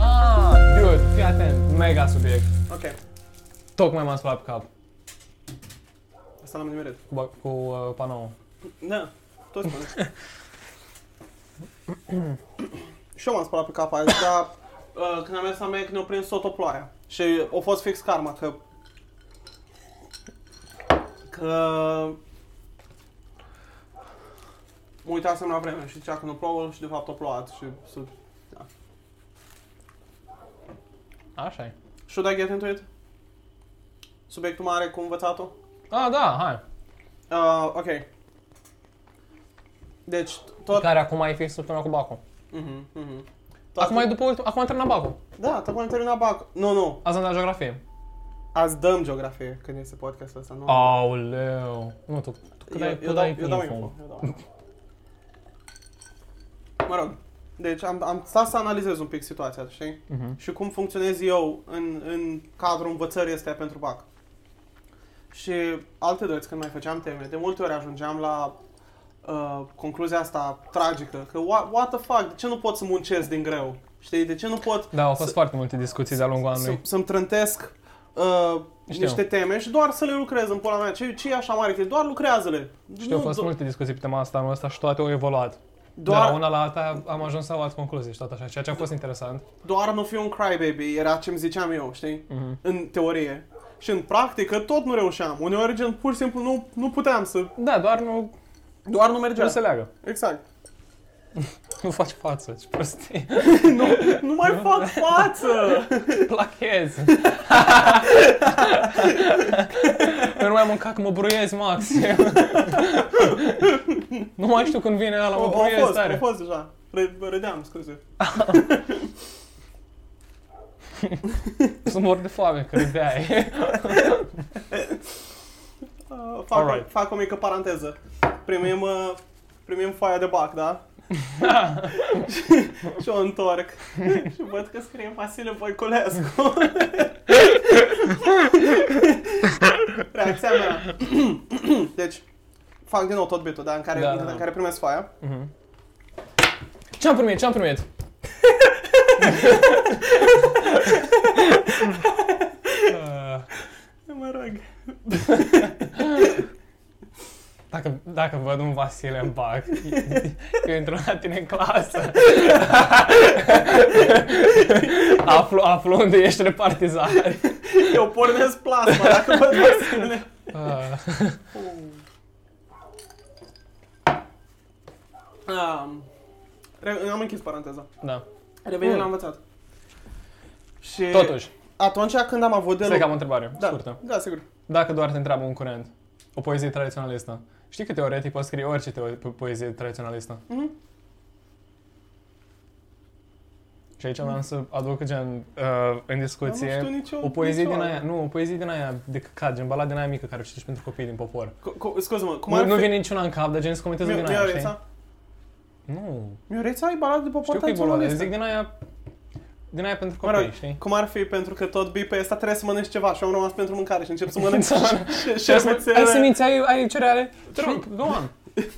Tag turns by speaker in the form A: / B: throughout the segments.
A: Ah! mega subiect.
B: Ok,
A: Tocmai m-am spălat pe cap
B: asta l-am nimerit.
A: cu, ba- cu uh, panoul.
B: Da, toți spune. și eu m-am spălat pe cap azi, dar uh, când am mers la mea, când ne-a prins tot o ploaia. Și a fost fix karma, că... Că... Mă uitasem la vreme și zicea că nu plouă și de fapt a plouat și... să- Da.
A: Așa e.
B: Should I get into it? Subiectul mare cu învățatul?
A: Ah, da, hai.
B: Uh, ok. Deci, tot...
A: Care acum e fix săptămâna cu Bacu.
B: Mhm, mhm. Tot-
A: Acum e după ultim... Acum am terminat Bacu.
B: Da, tocmai am terminat bac. Nu, nu.
A: Azi am dat geografie.
B: Azi dăm geografie când este podcastul ăsta, nu?
A: Aoleu. Nu, tu, tu cât
B: eu,
A: ai,
B: eu,
A: cât
B: dau,
A: ai
B: eu dau info. Eu dau info. Mă rog. Deci am, am stat să analizez un pic situația, știi?
A: Mhm.
B: Și cum funcționez eu în, în cadrul învățării astea pentru BAC. Și alte dăți, când mai făceam teme, de multe ori ajungeam la uh, concluzia asta tragică, că what, what the fuck, de ce nu pot să muncesc din greu? Știi, de ce nu pot
A: Da, au fost foarte multe discuții de-a lungul
B: să-
A: anului.
B: să-mi trântesc uh,
A: Știu.
B: niște teme și doar să le lucrez în pula mea. Ce, ce e așa mare chestie? Doar lucrează-le.
A: Știu, au fost
B: do-
A: multe discuții pe tema asta anul ăsta și toate au evoluat. Doar... De
B: doar,
A: la una la alta am ajuns la o altă concluzie și tot așa, ceea ce a fost interesant.
B: doar nu fi un crybaby, era ce-mi ziceam eu, știi?
A: Mhm.
B: În teorie. Și în practică tot nu reușeam. Uneori, gen, pur și simplu nu, nu puteam să...
A: Da, doar nu,
B: Doar nu
A: nu
B: mergea.
A: se leagă.
B: Exact.
A: Nu faci față, ce prostie.
B: nu, nu mai fac față!
A: Plachez. Eu é um nu mai mâncat că mă bruiez, Max. nu mai știu când vine ăla, mă
B: O- a
A: bruiez
B: fost, a
A: tare.
B: fost deja. Ră- Râdeam, scuze.
A: Sunt mor de foame, cred de aia.
B: Uh, fac,
A: Alright.
B: fac o mică paranteză. Primim, uh, primim foaia de bac, da? și, și o întorc. și văd că scrie Vasile Voiculescu. Reacția mea. deci, fac din nou tot bitul, da? În care,
A: Da,
B: în,
A: da, da.
B: care primesc foaia.
A: Ce-am primit, ce-am primit? Uh,
B: Mă rog.
A: Dacă, dacă văd un Vasile în bac, eu intru la tine în clasă. aflu, aflu unde ești repartizat.
B: Eu pornesc plasma dacă văd Vasile. Ah.
A: Uh,
B: Um, re- am închis paranteza.
A: da.
B: Revenim
A: Mm.
B: la învățat. Și
A: Totuși,
B: atunci când am avut de
A: să că am o întrebare da. scurtă.
B: Da, sigur.
A: Dacă doar te întreabă un curent, o poezie tradiționalistă, știi că teoretic poți scrie orice teo- po- poezie tradiționalistă?
B: Mhm.
A: Și aici vreau să aduc gen uh, în discuție
B: Dar nu știu nicio-
A: o poezie
B: nicio
A: din
B: altă.
A: aia, nu, o poezie din aia de căcat, gen balada din aia mică care o citești pentru copii din popor.
B: Co- co- Scuze-mă, cum
A: Nu,
B: ar
A: nu
B: fi?
A: vine niciuna în cap, dar gen să comentez din aia, știi?
B: Mioreța?
A: Nu,
B: Mioreța e baladă de popor
A: știu că e bolă,
B: tradiționalistă.
A: zic din aia, din aia pentru
B: Mă
A: copii,
B: rog,
A: știi?
B: cum ar fi pentru că tot bii pe asta trebuie să mănânci ceva și eu am rămas pentru mâncare și încep să mănânc
A: Da,
B: și-
A: Și ai
B: șervețele.
A: ai semințe, ai, ai cereale? Te rog, go on.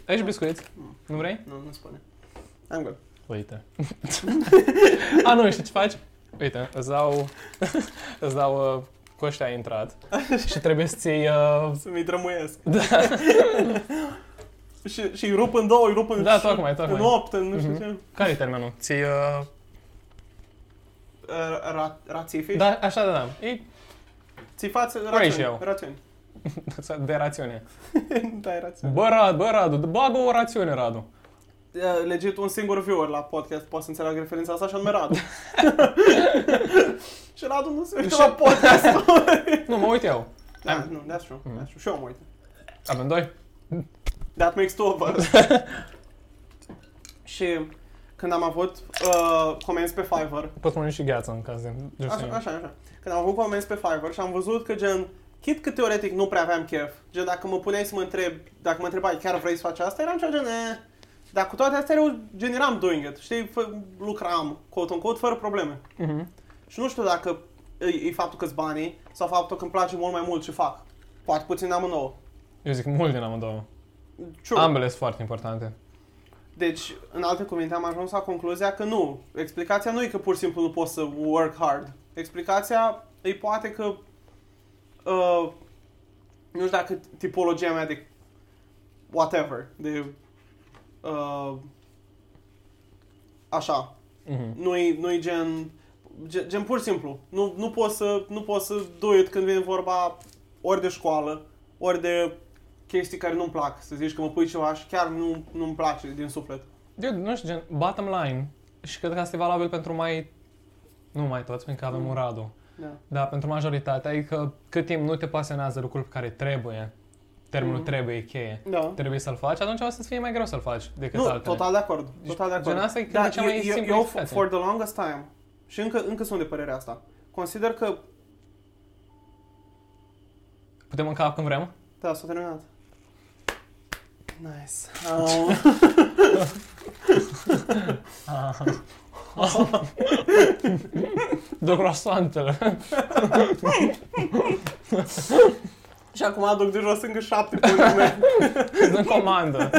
A: Aici biscuiți? Nu vrei?
B: Nu, nu spune. Am gol.
A: Uite. A, nu, știi ce faci? Uite, îți dau, îți dau uh, cu ăștia ai intrat și trebuie să ții... Uh,
B: Să mi drămuiesc.
A: da,
B: Și, și îi rup în două, îi rup în,
A: da, tocmai, tocmai.
B: în opt, în nu știu
A: Mhm.
B: ce.
A: Care e termenul? Ții... Uh...
B: Uh, ra- Rațifi?
A: Da, așa, da, da. E
B: Ți față
A: eu.
B: rațiuni. Rațiuni.
A: de rațiune.
B: Da, e rațiuni.
A: Bă, Radu, bă, Radu, bagă o rațiune, Radu.
B: Uh, Legit, un singur viewer la podcast poate să înțeleagă referința asta și anume Radu. și Radu nu se uită
A: Și-
B: la podcastul.
A: Nu, mă uit eu.
B: Da, nu, that's true. That's true. Și eu mă uit.
A: Amândoi?
B: That makes two of us. și când am avut uh, comenzi pe Fiverr,
A: Poți mănânci și gheață în caz de...
B: așa, așa, așa, când am avut comenzi pe Fiverr și am văzut că gen, chit că teoretic nu prea aveam chef, gen dacă mă puneai să mă întreb, dacă mă întrebai chiar vrei să faci asta, eram ceva gen, eh. Dar cu toate astea eu generam doing it, știi, Fă- lucram, quote un fără probleme.
A: Mhm.
B: Și nu știu dacă e, e faptul că-s banii sau faptul că îmi place mult mai mult ce fac. Poate puțin amândouă.
A: Eu zic mult din amândouă.
B: True.
A: Ambele sunt foarte importante.
B: Deci, în alte cuvinte, am ajuns la concluzia că nu. Explicația nu e că pur și simplu nu poți să work hard. Explicația îi poate că uh, nu știu dacă tipologia mea de whatever, de uh, așa,
A: Mhm.
B: nu-i, nu-i gen, gen, gen pur și simplu. Nu, nu poți să, nu poți să do it când vine vorba ori de școală, ori de chestii care nu-mi plac. Să zici că mă pui ceva și chiar nu, nu-mi place din suflet.
A: Dude, nu știu, gen, bottom line. Și cred că asta e valabil pentru mai... Nu mai toți, pentru că avem un Radu.
B: Da.
A: Da, pentru majoritatea, adică cât timp nu te pasionează lucrul pe care trebuie, termenul
B: Mhm.
A: trebuie e cheie,
B: da.
A: trebuie să-l faci, atunci o să-ți fie mai greu să-l faci decât
B: Nu,
A: altele.
B: total de acord.
A: Deci,
B: Total de acord. Da,
A: gen asta e cred că cea mai
B: eu, eu,
A: simplă
B: eu
A: explicație.
B: for the longest time, și încă, încă sunt de părerea asta, consider că,
A: Putem mânca când vrem?
B: da, s-a terminat. Nice. Um,
A: De croissantele.
B: și acum aduc de jos încă șapte punele mele.
A: Îți dăm comandă.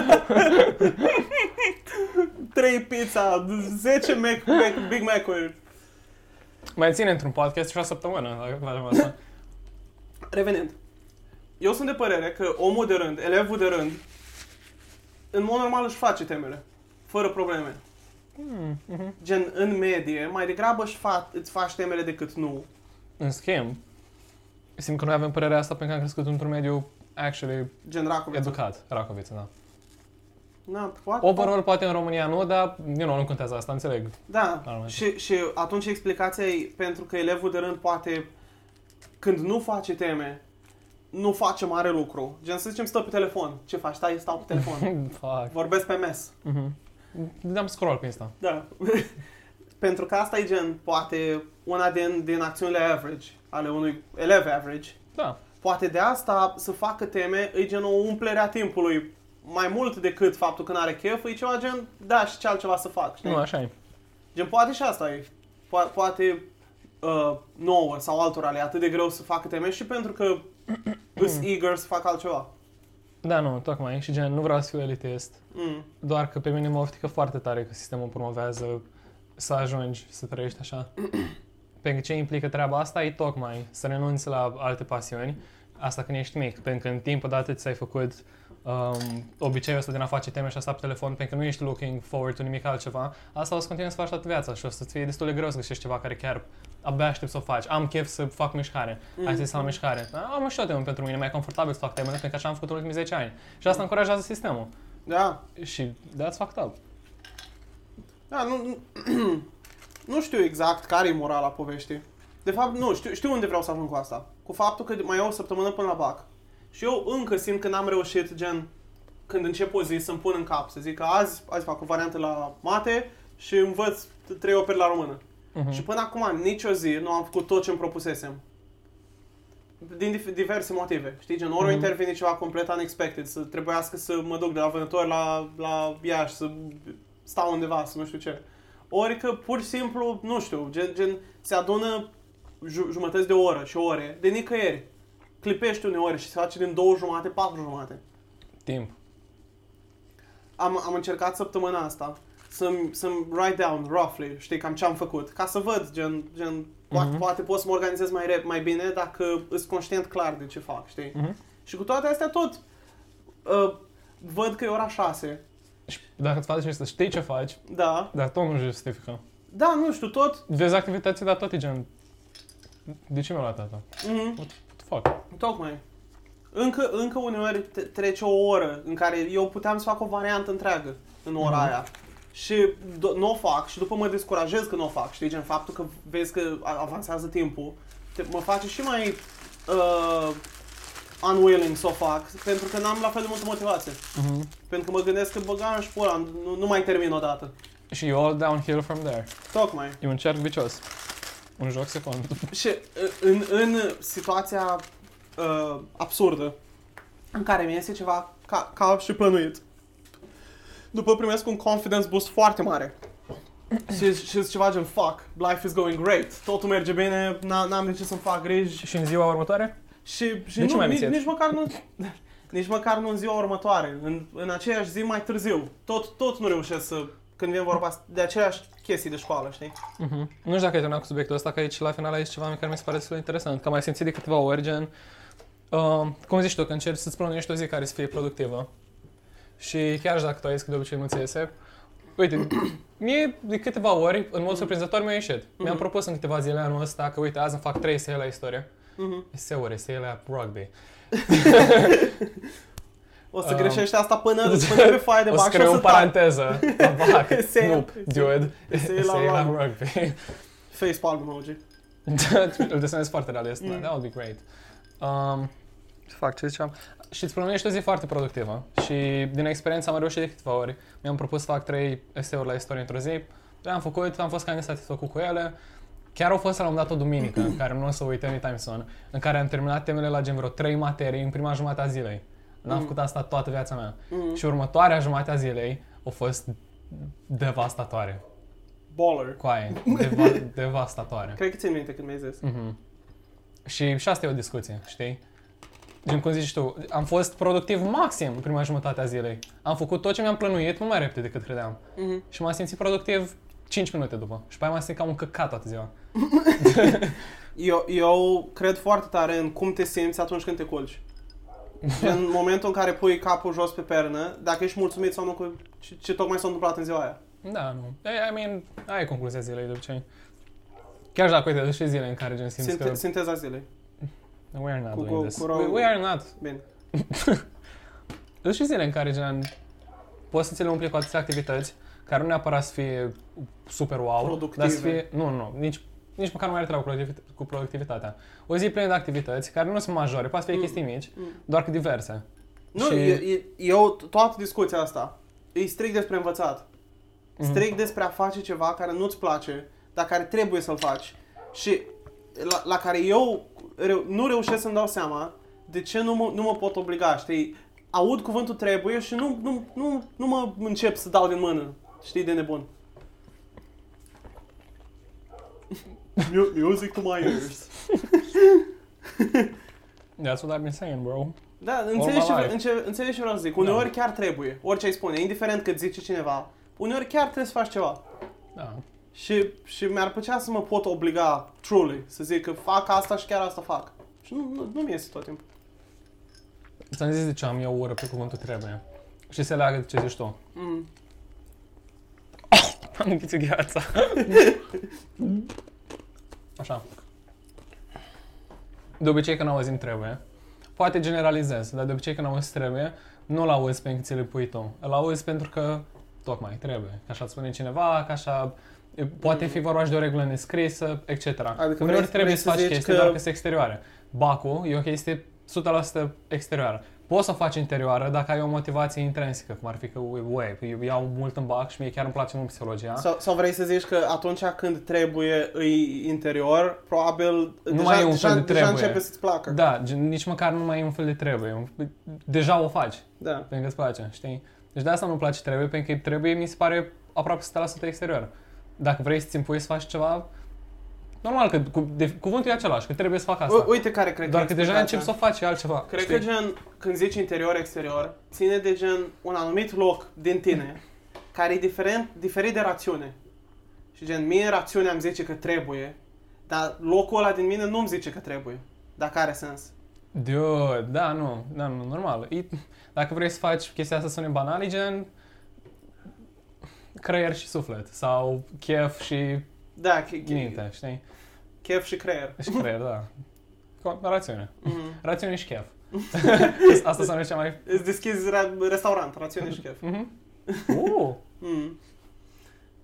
B: Trei pizza, 10 Mac, Mac, Big Mac-uri.
A: Mai ține într-un podcast și o săptămână, dacă facem asta.
B: Revenind. Eu sunt de părere că omul de rând, elevul de rând, în mod normal își face temele, fără probleme.
A: Hmm, mhm.
B: Gen, în medie, mai degrabă își fa- îți faci temele decât nu.
A: În schimb, simt că noi avem părerea asta pentru că am crescut într-un mediu actually
B: Gen, Racoviță.
A: educat, Racoviță, da.
B: Na, poate.
A: Overall, poate în România nu, dar you know, nu contează asta, înțeleg.
B: Da.
A: Normal.
B: Și, și atunci explicația e pentru că elevul de rând poate, când nu face teme, nu face mare lucru. Gen, să zicem, stă pe telefon. Ce faci? Stai, stau pe telefon.
A: Fuck.
B: Vorbesc pe mes.
A: Mhm. Dăm scroll pe Insta.
B: Da. Pentru că asta e gen, poate, una din, din acțiunile average, ale unui elev average.
A: Da.
B: Poate de asta să facă teme, e gen o umplere a timpului. Mai mult decât faptul că n-are chef, e ceva gen, da, și ce altceva să fac, știi?
A: Nu, așa e.
B: Gen, poate și asta e. Po- poate uh, nouă sau altora le e atât de greu să facă teme și pentru că îs eager să facă altceva.
A: Da, nu, tocmai. Și gen, nu vreau să fiu elitist,
B: Mm.
A: doar că pe mine mă oftică foarte tare că sistemul promovează să ajungi să trăiești așa. Pentru că ce implică treaba asta e tocmai să renunți la alte pasiuni, asta când ești mic, pentru că în timp odată ți-ai făcut um, obiceiul ăsta din a face teme și a sta pe telefon, pentru că nu ești looking forward to nimic altceva, asta o să continui să faci toată viața și o să-ți fie destul de greu să găsești ceva care chiar abia aștept să o faci. Am chef să fac mișcare, hai să ies la mișcare. Da, Am și o temă pentru mine, e mai confortabil să fac temele, pentru că așa am făcut în ultimii 10 ani. Și asta încurajează sistemul.
B: Da.
A: Și that's fucked up.
B: Da, nu, nu, nu știu exact care e morala poveștii. De fapt, nu, știu, știu unde vreau să ajung cu asta. Cu faptul că mai e o săptămână până la BAC. Și eu încă simt că n-am reușit, gen, când încep o zi să-mi pun în cap, să zic că azi, azi fac o variantă la mate și învăț trei operi la română.
A: Mhm.
B: Și până acum, nicio zi nu am făcut tot ce îmi propusesem. Din dif- diverse motive, știi? Gen, ori mm-hmm. intervine ceva complet unexpected, să trebuiască să mă duc de la vânător la, la Iași, să stau undeva, să nu știu ce. Ori că pur și simplu, nu știu, gen, gen se adună ju- jumătăți de oră și ore de nicăieri. Clipești uneori și se face din două jumate, patru jumate.
A: Timp.
B: Am, am încercat săptămâna asta să-mi, să-mi write down roughly, știi, cam ce am făcut, ca să văd, gen, gen poate,
A: Mhm.
B: poate pot să mă organizez mai, rep, mai bine dacă sunt conștient clar de ce fac, știi?
A: Mhm.
B: Și cu toate astea tot uh, văd că e ora 6,
A: Și dacă îți faci să știi ce faci,
B: da,
A: dar tot nu justifică.
B: da, nu știu, tot,
A: Vezi activități, dar tot e gen... De ce mi-a luat asta?
B: mhm.
A: What the fuck?
B: Tocmai. Încă, încă uneori te- trece o oră în care eu puteam să fac o variantă întreagă în ora
A: Mhm.
B: aia. Și do- nu o fac și după mă descurajez că nu o fac. Știi, gen faptul că vezi că a- avansează timpul te, mă face și mai uh, unwilling să o fac pentru că n-am la fel de multă motivație.
A: Mhm.
B: Pentru că mă gândesc că băga în șpura, nu, nu mai termin odată.
A: Și e all downhill from there.
B: Tocmai.
A: E un cerc vicios. Un joc secund.
B: Și uh, în, în situația uh, absurdă în care mi iese ceva ca, ca și plănuit, după primesc un confidence boost foarte mare. Și și ceva gen, fuck, life is going great, totul merge bine, n- n-am de ce să-mi fac griji.
A: Și în ziua următoare?
B: Și, și
A: De ce
B: nu,
A: mai
B: nici,
A: mințeți?
B: nici măcar nu... Nici măcar nu în ziua următoare, în, în aceeași zi mai târziu. Tot, tot nu reușesc să când vine vorba de aceeași chestii de școală, știi?
A: Mhm. Nu știu dacă ai terminat cu subiectul ăsta, că aici la final aici ceva care mi se pare destul de interesant. Că am mai simțit de câteva ori, gen, uh, cum zici tu, că încerci să-ți plănuiești o zi care să fie productivă. Și chiar și dacă tu ai zis că de obicei nu ți iese, uite, mie de câteva ori, în mod surprinzător, mi-a ieșit.
B: Mhm.
A: Mi-am propus în câteva zile anul ăsta că, uite, azi îmi fac trei esee la istorie.
B: Mhm.
A: Eseuri, esee la rugby.
B: O să
A: Um,
B: greșești asta până, până pe foaia de
A: o să
B: bac și
A: scriu
B: o să
A: în
B: tai.
A: paranteză. la bac.
B: Esee la-
A: Nu, dude.
B: esee
A: Esee
B: la
A: la rugby.
B: Facepalm emoji.
A: Da, îl desenez foarte realist,
B: Mm.
A: mm. that would be great. Um, ce fac, ce ziceam? Și îți plănuiești o zi foarte productivă și din experiență am reușit de câteva ori. Mi-am propus să fac trei eseuri la istorie într-o zi, le-am făcut, am fost cam satisfăcut cu ele. Chiar au fost la un moment dat o duminică, în care nu o să uit anytime soon, în care am terminat temele la gen vreo trei materii în prima jumătate a zilei. N-am
B: Mm.
A: făcut asta toată viața mea.
B: Mm.
A: Și următoarea jumătate a zilei a fost devastatoare.
B: Baller.
A: Coaie, deva- devastatoare.
B: Cred că țin minte când mi-ai zis.
A: Mhm. Și, și asta e o discuție, știi? Gen cum zici tu, am fost productiv maxim în prima jumătate a zilei. Am făcut tot ce mi-am plănuit mult mai repede decât credeam.
B: Mhm.
A: Și m-am simțit productiv 5 minute după. Și pe aia m-am simțit ca un căcat toată ziua.
B: Eu, eu cred foarte tare în cum te simți atunci când te culci. Gen, în momentul în care pui capul jos né? pe pernă, dacă ești mulțumit sau nu cu ce, ce tocmai s-a întâmplat în ziua aia.
A: Da, nu. I I mean, aia e concluzia zilei de obicei. Chiar și dacă uite, sunt și zile în care gen simți
B: Sinte,
A: că
B: Sinteza zilei.
A: we are not
B: cu-
A: doing
B: cu-
A: this.
B: cu rău-
A: We, we are not.
B: Bine.
A: Sunt și zile în care gen poți să ți le umpli cu atâtea activități care nu neapărat să fie super wow,
B: Productive.
A: dar să fie... Nu, nu, nici, nici măcar nu are treabă cu productivit- cu productivitatea. O zi plină de activități care nu sunt majore, poate să fie
B: Mm.
A: chestii mici,
B: Mm.
A: doar că diverse.
B: Nu,
A: Și-
B: e- e- eu, toată discuția asta, e strict despre învățat.
A: Mhm.
B: Strict despre a face ceva care nu-ți place, dar care trebuie să-l faci. Și la, la care eu reu- nu reușesc să-mi dau seama de ce nu mă, nu mă pot obliga, știi? Aud cuvântul trebuie și nu, nu, nu, nu mă încep să dau din mână, știi, de nebun. Mu- Music to my ears.
A: That's what I've been saying, bro.
B: Da, înțelegi ce,
A: my
B: vre-
A: life.
B: înce- înțelegi ce vreau să zic. Uneori
A: Da.
B: chiar trebuie, orice ai spune, indiferent cât zice cineva, uneori chiar trebuie să faci ceva.
A: Da.
B: Și, și mi-ar plăcea să mă pot obliga, truly, să zic că fac asta și chiar asta fac. Și nu, nu, nu mi iese tot timpul.
A: Ți-am zis de ce am eu ură pe cuvântul trebuie. Și se leagă de ce zici tu.
B: Mm.
A: Am înghițit gheața. Așa. De obicei când auzim trebuie, poate generalizez, dar de obicei când auzi trebuie, nu-l auzi pentru că ți-l pui tu. Îl auzi pentru că tocmai trebuie. Că așa îți spune cineva, că așa e, poate fi vorba și de o regulă nescrisă, etc.
B: vrei-
A: Adică
B: vrei
A: uneori trebuie
B: să
A: să faci
B: zici
A: chestii,
B: că-
A: doar că sunt exterioare. Bacul e o chestie 100% exterioară. Poți să o faci interioară dacă ai o motivație intrinsecă, cum ar fi că, uai, eu iau mult în bac și mie chiar îmi place mult psihologia.
B: Sau, sau vrei să zici că atunci când trebuie îi interior, probabil nu deja,
A: mai e un
B: deja,
A: fel de
B: deja
A: trebuie.
B: începe să-ți placă.
A: Da, gen, nici măcar nu mai e un fel de trebuie. Un- Deja o faci,
B: da.
A: pentru că îți place, știi? Deci de asta nu-mi place trebuie, pentru că trebuie mi se pare aproape 100% exterior. Dacă vrei să-ți impui să faci ceva, normal că cu, de, cuvântul e același, că trebuie să fac asta.
B: U- uite care cred
A: Doar
B: e
A: că deja
B: explicația.
A: încep să o faci e altceva.
B: Cred
A: știi?
B: că gen, când zici interior-exterior, ține de gen un anumit loc din tine care e diferent, diferit de rațiune. Și gen, mie rațiunea îmi zice că trebuie, dar locul ăla din mine nu îmi zice că trebuie. Dacă are sens.
A: Dude, da, nu, da, nu, normal. E, dacă vrei să faci chestia asta să sune banal, e gen creier și suflet sau chef și
B: Da, che- che-
A: minte, știi?
B: chef și creier.
A: Și creier, da. Co- Rațiune.
B: Mhm.
A: Rațiune și chef. Asta să nu cea mai...
B: Îți deschizi ra- restaurant, rațiune și chef.
A: Mhm. Uh.
B: Mhm.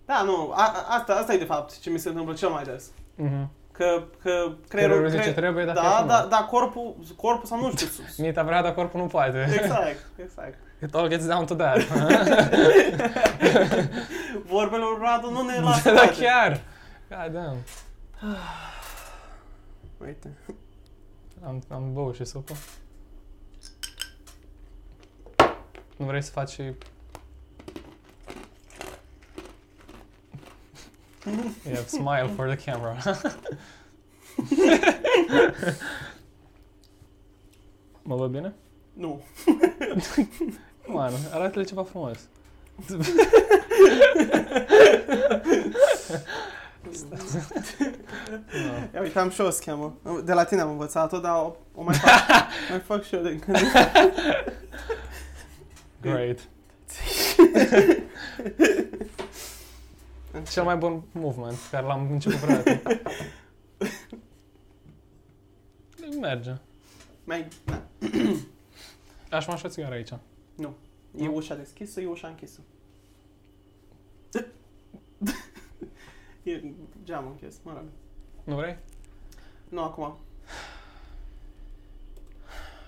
B: Da, nu, a, a- asta, asta e de fapt ce mi se întâmplă cel mai des.
A: Mhm.
B: Că, că creierul...
A: Creierul zice trebuie, dar
B: da,
A: cheful
B: da,
A: nu.
B: da, corpul, corpul sau nu știu. sus- sus.
A: Mita vrea, dar corpul nu poate.
B: Exact, exact.
A: It all gets down to that.
B: Vorbele lui Radu nu ne lasă
A: da,
B: toate.
A: chiar. God damn.
B: Uite.
A: Am, am băut și supă. Nu vrei să faci și... Yeah, smile for the camera. mă văd bine?
B: Nu.
A: Man, arată-le ceva frumos.
B: Ia uite, am și eu o schemă. De la tine am învățat-o, dar o, o mai fac. mai fac și eu din când. în când.
A: Great. Cel mai bun movement pe care l-am început vreodată. Merge.
B: Mai, na,
A: Aș mai așa țigară aici.
B: E ușa deschisă, e ușa închisă. e geamul închis, mă rog.
A: Nu vrei?
B: Nu acum.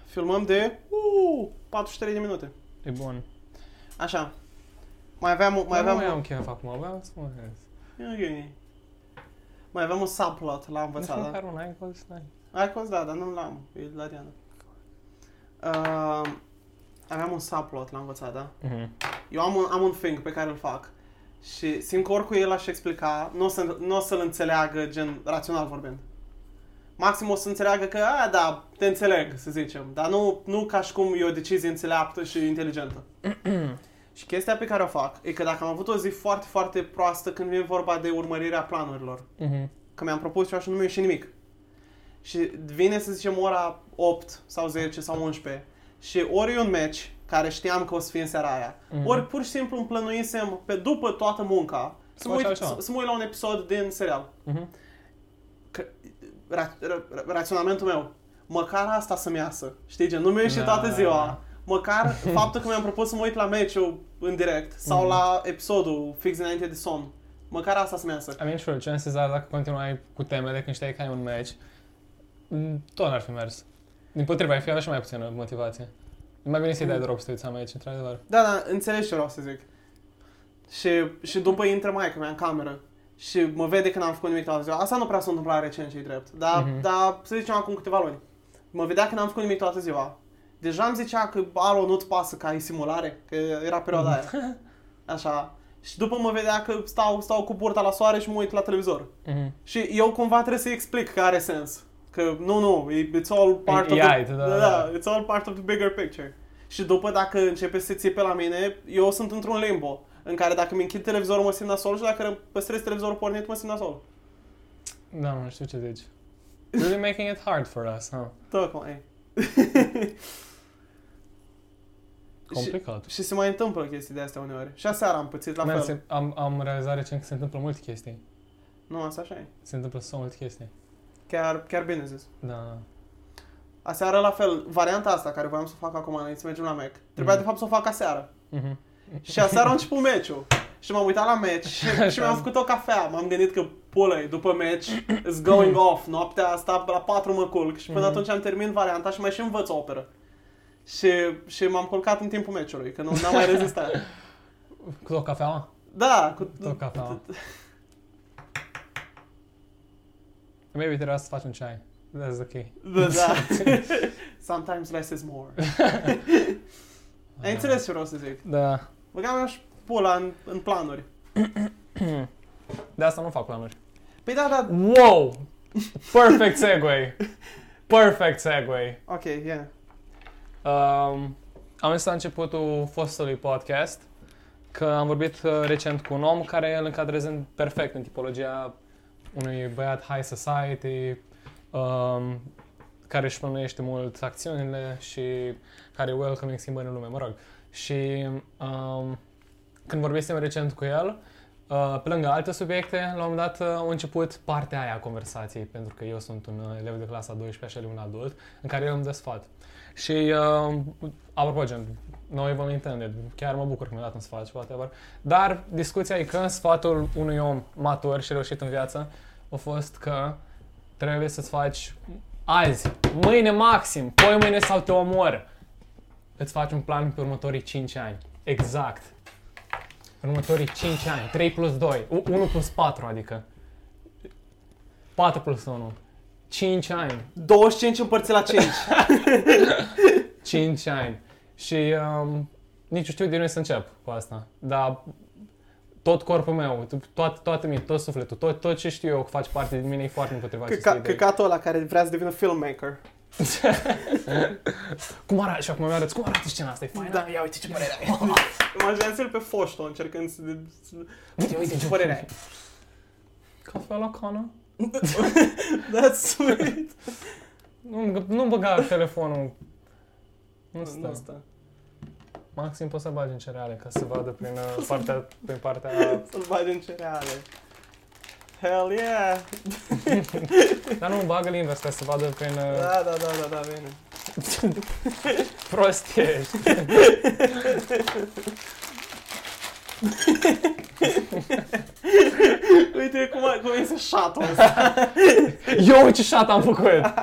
B: Filmăm de uh, 43 de minute.
A: E bun.
B: Așa. Mai aveam, o-
A: Dar
B: mai aveam,
A: nu mai
B: un-
A: am chef acum, aveam să mă gândesc.
B: E ok. mai aveam un subplot, l-am
A: Nici
B: învățat, da?
A: măcar un aicos, n-ai.
B: Ai cost, da, dar nu l-am, e la Diana. Uh, aveam un subplot, l-am învățat, da?
A: Mhm.
B: Eu am un, am un thing pe care îl fac și simt că oricui el aș explica, nu o, să, nu o să-l înțeleagă, gen, rațional vorbind. Maxim o să înțeleagă că, a, da, te înțeleg, să zicem, dar nu, nu ca și cum e o decizie înțeleaptă și inteligentă. și chestia pe care o fac e că dacă am avut o zi foarte, foarte proastă când vine vorba de urmărirea planurilor,
A: Mhm.
B: că mi-am propus ceva și nu mi-a ieșit nimic. Și vine, să zicem, ora 8 sau 10 sau 11 și ori e un match care știam că o să fie în seara aia,
A: Mhm.
B: ori pur și simplu îmi plănuisem pe după toată munca să mă,
A: Faci
B: uit,
A: altceva.
B: să, să mă uit la un episod din serial.
A: Mhm.
B: Că, ra, ra, ra, raționamentul meu, măcar asta să-mi iasă. Știi, gen, nu mi-a ieșit
A: Da,
B: toată
A: da,
B: ziua.
A: da.
B: Măcar faptul că mi-am propus să mă uit la meciul în direct sau
A: Mhm.
B: la episodul fix înainte de somn. Măcar asta să-mi iasă.
A: I mean, sure, chances are dacă continuai cu temele când știai că ai un match, m, tot n-ar fi mers. Din potriva, ai fi avea și mai puțină motivație. E Mai bine să-i dai drop să te uiți la match, într-adevăr.
B: Da, da, înțelegi ce vreau să zic. Și, și după intră maica mea în cameră și mă vede că n-am făcut nimic toată ziua. Asta nu prea s-a întâmplat recent, ce drept. Dar,
A: Mhm.
B: mm-hmm. dar, să zicem, acum câteva luni. Mă vedea că n-am făcut nimic toată ziua. Deja îmi zicea că, alo, nu-ți pasă că ai simulare, că era perioada aia. Așa. Și după mă vedea că stau, stau cu burta la soare și mă uit la televizor.
A: Mhm.
B: Și eu cumva trebuie să-i explic că are sens. Că nu, nu, e- it's all part
A: E-
B: of
A: e
B: the,
A: alt, da, da.
B: it's all part of the bigger picture. Și după dacă începe să țipe la mine, eu sunt într-un limbo în care dacă mi închid televizorul mă simt nasol și dacă îmi păstrez televizorul pornit mă simt nasol.
A: Da, nu știu ce zici. Really making it hard for us, huh?
B: Tocmai. și,
A: Complicat.
B: și se mai întâmplă chestii de astea uneori. Și aseară am pățit la
A: Man,
B: fel.
A: se, am, am realizat recent că se întâmplă multe chestii.
B: Nu, asta așa e.
A: Se întâmplă so multe chestii.
B: Chiar, chiar bine zis.
A: Da.
B: Aseară la fel, varianta asta care voiam să o fac acum înainte să mergem la Mac, trebuia
A: Mhm.
B: de fapt să o fac aseară.
A: Mhm.
B: Și aseară a început meciul. Și m-am uitat la meci și, și mi-am făcut o cafea. M-am gândit că pulă după meci, is going off. Noaptea asta la 4 mă culc și până
A: Mhm.
B: atunci am terminat varianta și mai și învăț o operă. Și, și m-am culcat în timpul meciului, că nu am mai rezistat.
A: Cu o cafeaua?
B: Da, cu...
A: Cu o cafeaua. Maybe trebuie să faci un ceai. That's the key.
B: Da, da. Sometimes less is more. Ai înțeles ce vreau să zic.
A: Da.
B: Băgam eu și pula în, în planuri.
A: De asta nu fac planuri.
B: Păi da, da,
A: Wow! Perfect segue! Perfect segue!
B: ok, yeah.
A: Um, am zis la începutul fostului podcast că am vorbit uh, recent cu un om care îl încadrează în- perfect în tipologia unui băiat high society, um, care își plănuiește mult acțiunile și care e welcoming schimbări în lume, mă rog. Și um, când vorbisem recent cu el, uh, pe lângă alte subiecte, la un moment dat uh, au început partea aia a conversației, pentru că eu sunt un uh, elev de clasa 12 și el e un adult, în care el îmi dă sfat. Și, uh, apropo, gen, noi vom intende, chiar mă bucur că mi-a dat un sfat și whatever, dar discuția e că sfatul unui om matur și reușit în viață a fost că trebuie să-ți faci azi, mâine maxim, poi mâine sau te omor. Îți faci un plan pe următorii 5 ani. Exact. Pe următorii 5 ani. 3 plus 2, u- 1 plus 4, adică. 4 plus 1. 5 ani.
B: 25 împărțit la 5.
A: 5 ani. Și um, nici nu știu de unde să încep cu asta. Dar tot corpul meu, toată, toată mine, tot sufletul, tot, tot ce știu eu că face parte din mine e foarte împotriva acestei
B: Căca-
A: idei.
B: Căcatul ăla care vrea să devină filmmaker.
A: cum arată? Și acum mi arăți, cum arată scena asta? E faină?
B: Da,
A: ia uite ce părere ai.
B: Imaginează-l pe Foșto încercând să... de- să-
A: Uite, uite ce părere ai. Cafea la cană?
B: That's sweet.
A: Nu, nu băga telefonul. Nu
B: Nu
A: stă.
B: asta.
A: Maxim poți să bagi în cereale ca să se vadă prin uh, partea, prin partea...
B: Să-l bagi în cereale. Hell yeah!
A: Dar nu, bagă-l invers ca să se vadă prin uh,
B: Da, da, da, da, da, bine.
A: prostie.
B: Uite cum, cum iese șatul ăsta.
A: Eu ce șat am făcut!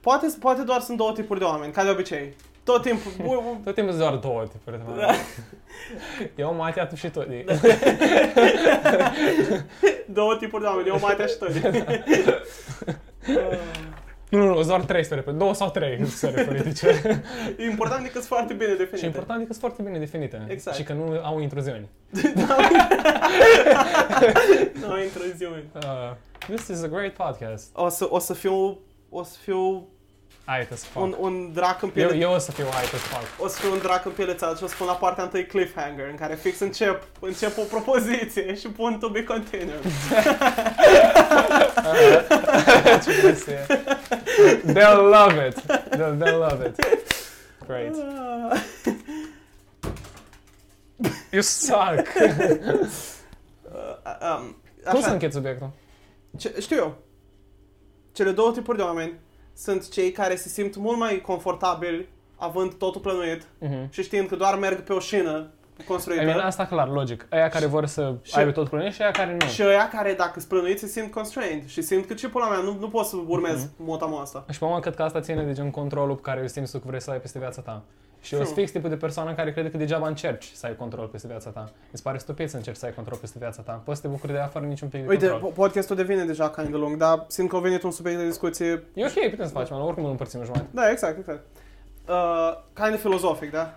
B: Poate, poate doar sunt două tipuri de oameni, ca de obicei. Tot timpul. bu- bu-
A: Tot timpul sunt doar două tipuri de
B: Da.
A: oameni. Eu, Matia, tu și tu. Da.
B: două tipuri de oameni, eu mai te știu. Ah.
A: Nu, nu, nu, sunt doar trei sfere, pe- două sau trei sfere
B: Da.
A: politice.
B: Important e că sunt foarte bine definite.
A: și important e că sunt foarte bine definite.
B: Exact.
A: Și că nu au intruziuni.
B: Nu, intruziuni.
A: Uh, this is a great podcast.
B: O să, o să fiu, o să fiu
A: Ai as fuck.
B: un, un drac în piele.
A: Eu, eu o să fiu ai as fuck.
B: O să fiu un drac în pielețat și o să pun la partea întâi cliffhanger, în care fix încep, încep o propoziție și pun to be continued.
A: Ce chestie. They'll love it. They'll, they'll love it. Great.
B: Ah,
A: You suck.
B: Uh, um,
A: Cum să
B: așa,
A: închid subiectul?
B: ce, știu eu. Cele două tipuri de oameni sunt cei care se simt mult mai confortabili având totul plănuit
A: Mhm.
B: și știind că doar merg pe o șină
A: I mean,
B: construită.
A: asta clar, logic. Aia care vor să
B: Păi da. Și-
A: aibă tot plănuit și aia care nu.
B: Și ăia care, dacă sunt plănuiți, se simt constrained și simt că ce pula mea, nu, nu pot să urmez motamul asta.
A: Și pe urmă, cred că asta ține de gen controlul pe care îl simți tu că vrei să ai peste viața ta. Și eu
B: True.
A: sunt fix tipul de persoană care crede că degeaba încerci să ai control peste viața ta. Mi se pare stupid să încerci să ai control peste viața ta. Poți să te bucuri de ea fără niciun pic de
B: Uite,
A: control.
B: po- podcastul devine deja kind of lung, dar simt că a venit un subiect de discuție
A: E ok, putem să facem, dar oricum îl împărțim în jumătate.
B: Da, exact, exact. Uh, kind of filozofic, da?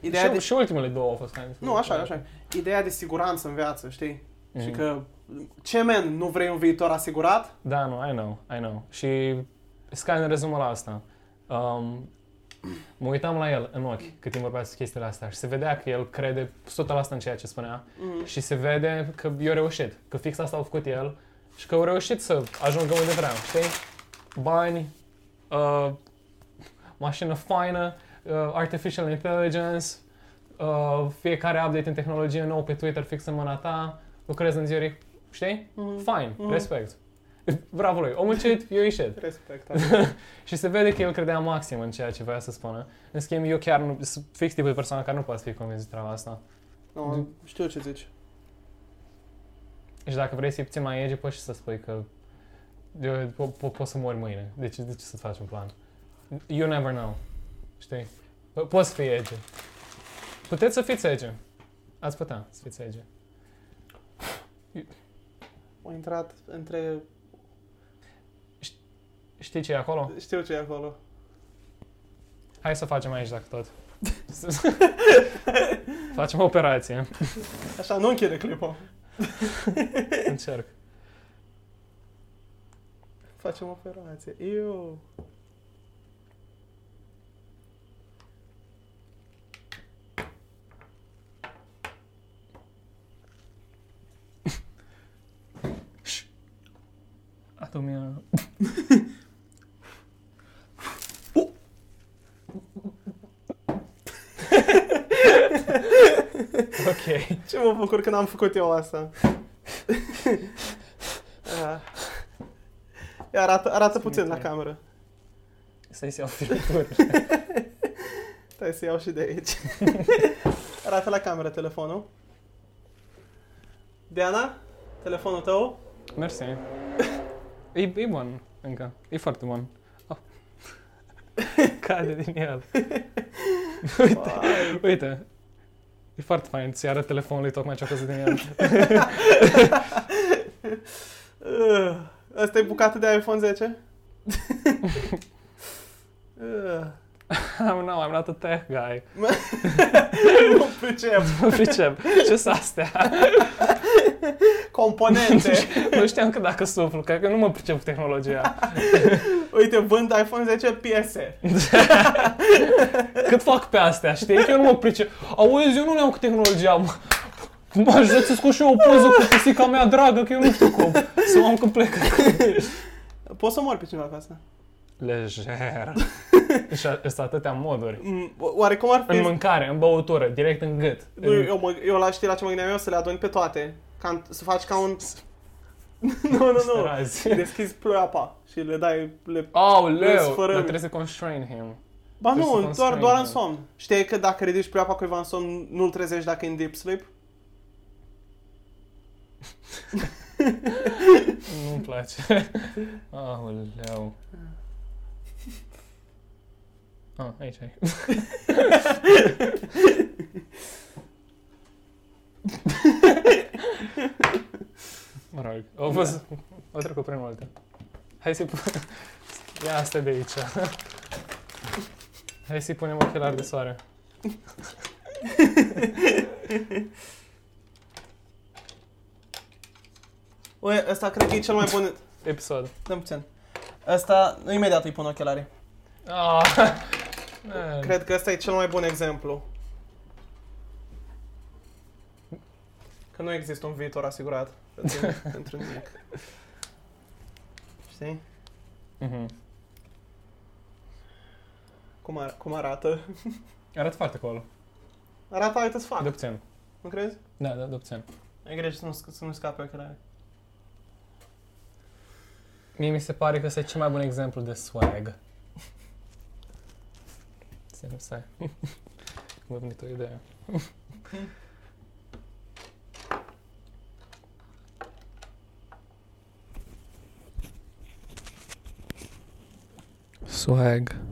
B: Ideea
A: și,
B: de...
A: și, ultimele două au fost kind of-
B: Nu, așa, e, așa. e. Ideea de siguranță în viață, știi?
A: Mhm.
B: Și că, ce men, nu vrei un viitor asigurat?
A: Da, nu, I know, I know. Și Sky ne rezumă la asta. Um, mă uitam la el în ochi cât timp vorbea despre chestiile astea și se vedea că el crede 100% în ceea ce spunea
B: Mhm.
A: și se vede că i-a reușit, că fix asta a făcut el și că a reușit să ajungă unde vrea, știi? Bani, uh, mașină faină, uh, artificial intelligence, uh, fiecare update în tehnologie nou pe Twitter fix în mâna ta, lucrezi în ziua, știi?
B: Mhm.
A: Fine,
B: Mhm.
A: respect. Bravo lui, a muncit, eu ieșit.
B: Respect.
A: și se vede că el credea maxim în ceea ce voia să spună. În schimb, eu chiar nu, sunt fix tipul de persoană care nu poate fi convins de treaba asta.
B: no, știu ce zici.
A: Și dacă vrei să-i puțin mai ege, poți și să spui că eu, po, po, poți să mori mâine. Deci de ce să-ți faci un plan? You never know. Știi? Po- Poți să fii ege. Puteți să fiți ege. Ați putea să fiți ege.
B: Am intrat între...
A: Știi ce e acolo?
B: Știu ce e acolo.
A: Hai să facem aici dacă tot. facem o operație.
B: Așa, nu închide clipul.
A: Încerc.
B: Facem operație. Eu.
A: Atomia... ok.
B: Ce mă bucur că n-am făcut eu asta. Ah. Ia, arată, arată puțin la cameră.
A: Să-i se iau filturi.
B: Stai să iau și de aici. Arată la cameră telefonul. Diana, telefonul tău.
A: Mersi. E, e bun, încă. E foarte bun. Oh. Cade din el. uite, uite. E foarte fain, ți arăt telefonul lui tocmai ce a căzut din el.
B: Uh, Asta e bucată de iPhone 10? Uh,
A: I'm, Ah, no, I'm not a tech guy.
B: nu pricep.
A: Nu pricep. Ce sunt astea?
B: componente.
A: nu știam că dacă suflu, cred că nu mă pricep cu tehnologia.
B: Uite, vând iPhone 10 piese.
A: Cât fac pe astea, știi? Că eu nu mă pricep. Auzi, eu nu le-am cu tehnologia. mă. Mă ajut să scot și eu o poză cu pisica mea dragă, că eu nu știu cum. Să o am când plec.
B: Poți să mor pe cineva cu asta.
A: Lejer. Și a- sunt atâtea moduri.
B: Mm, o- Oare cum ar
A: În
B: fi?
A: mâncare, în băutură, direct în gât.
B: Eu,
A: În-
B: eu, mă, eu la știi la ce mă gândeam eu? Să le adun pe toate. Ca, să faci ca un... nu, nu,
A: Să
B: nu.
A: razi.
B: Deschizi pleoapa și le dai... Le...
A: Aoleu,
B: Fără-
A: dar trebuie să constrain him.
B: Ba
A: Trebuie să
B: nu, doar,
A: constrângi,
B: doar în
A: da.
B: somn. Știi că dacă ridici pleoapa cuiva în somn, nu-l trezești dacă e în deep sleep?
A: Nu-mi place. Aoleu. Ah, aici ai. mă rog, au fost... Au trecut prea multe. Hai să-i pun... Ia asta de aici. Hai să-i punem ochelari de soare.
B: Ui, ăsta cred că e cel mai bun...
A: Episod.
B: Dăm puțin. Ăsta, imediat îi pun ochelare.
A: Ah. Man.
B: Cred că ăsta e cel mai bun exemplu. Că nu există un viitor asigurat pentru- pentru nimic. Știi?
A: Mhm.
B: Cum, ar, cum arată?
A: Arată foarte cool.
B: Arată altă sfac,
A: De obțin.
B: nu crezi?
A: Da, da, de obțin.
B: E greu să nu, sc- să nu scape ochelare.
A: Mie mi se pare că ăsta e cel mai bun exemplu de swag. Să nu stai. Mă venit o idee. Swag.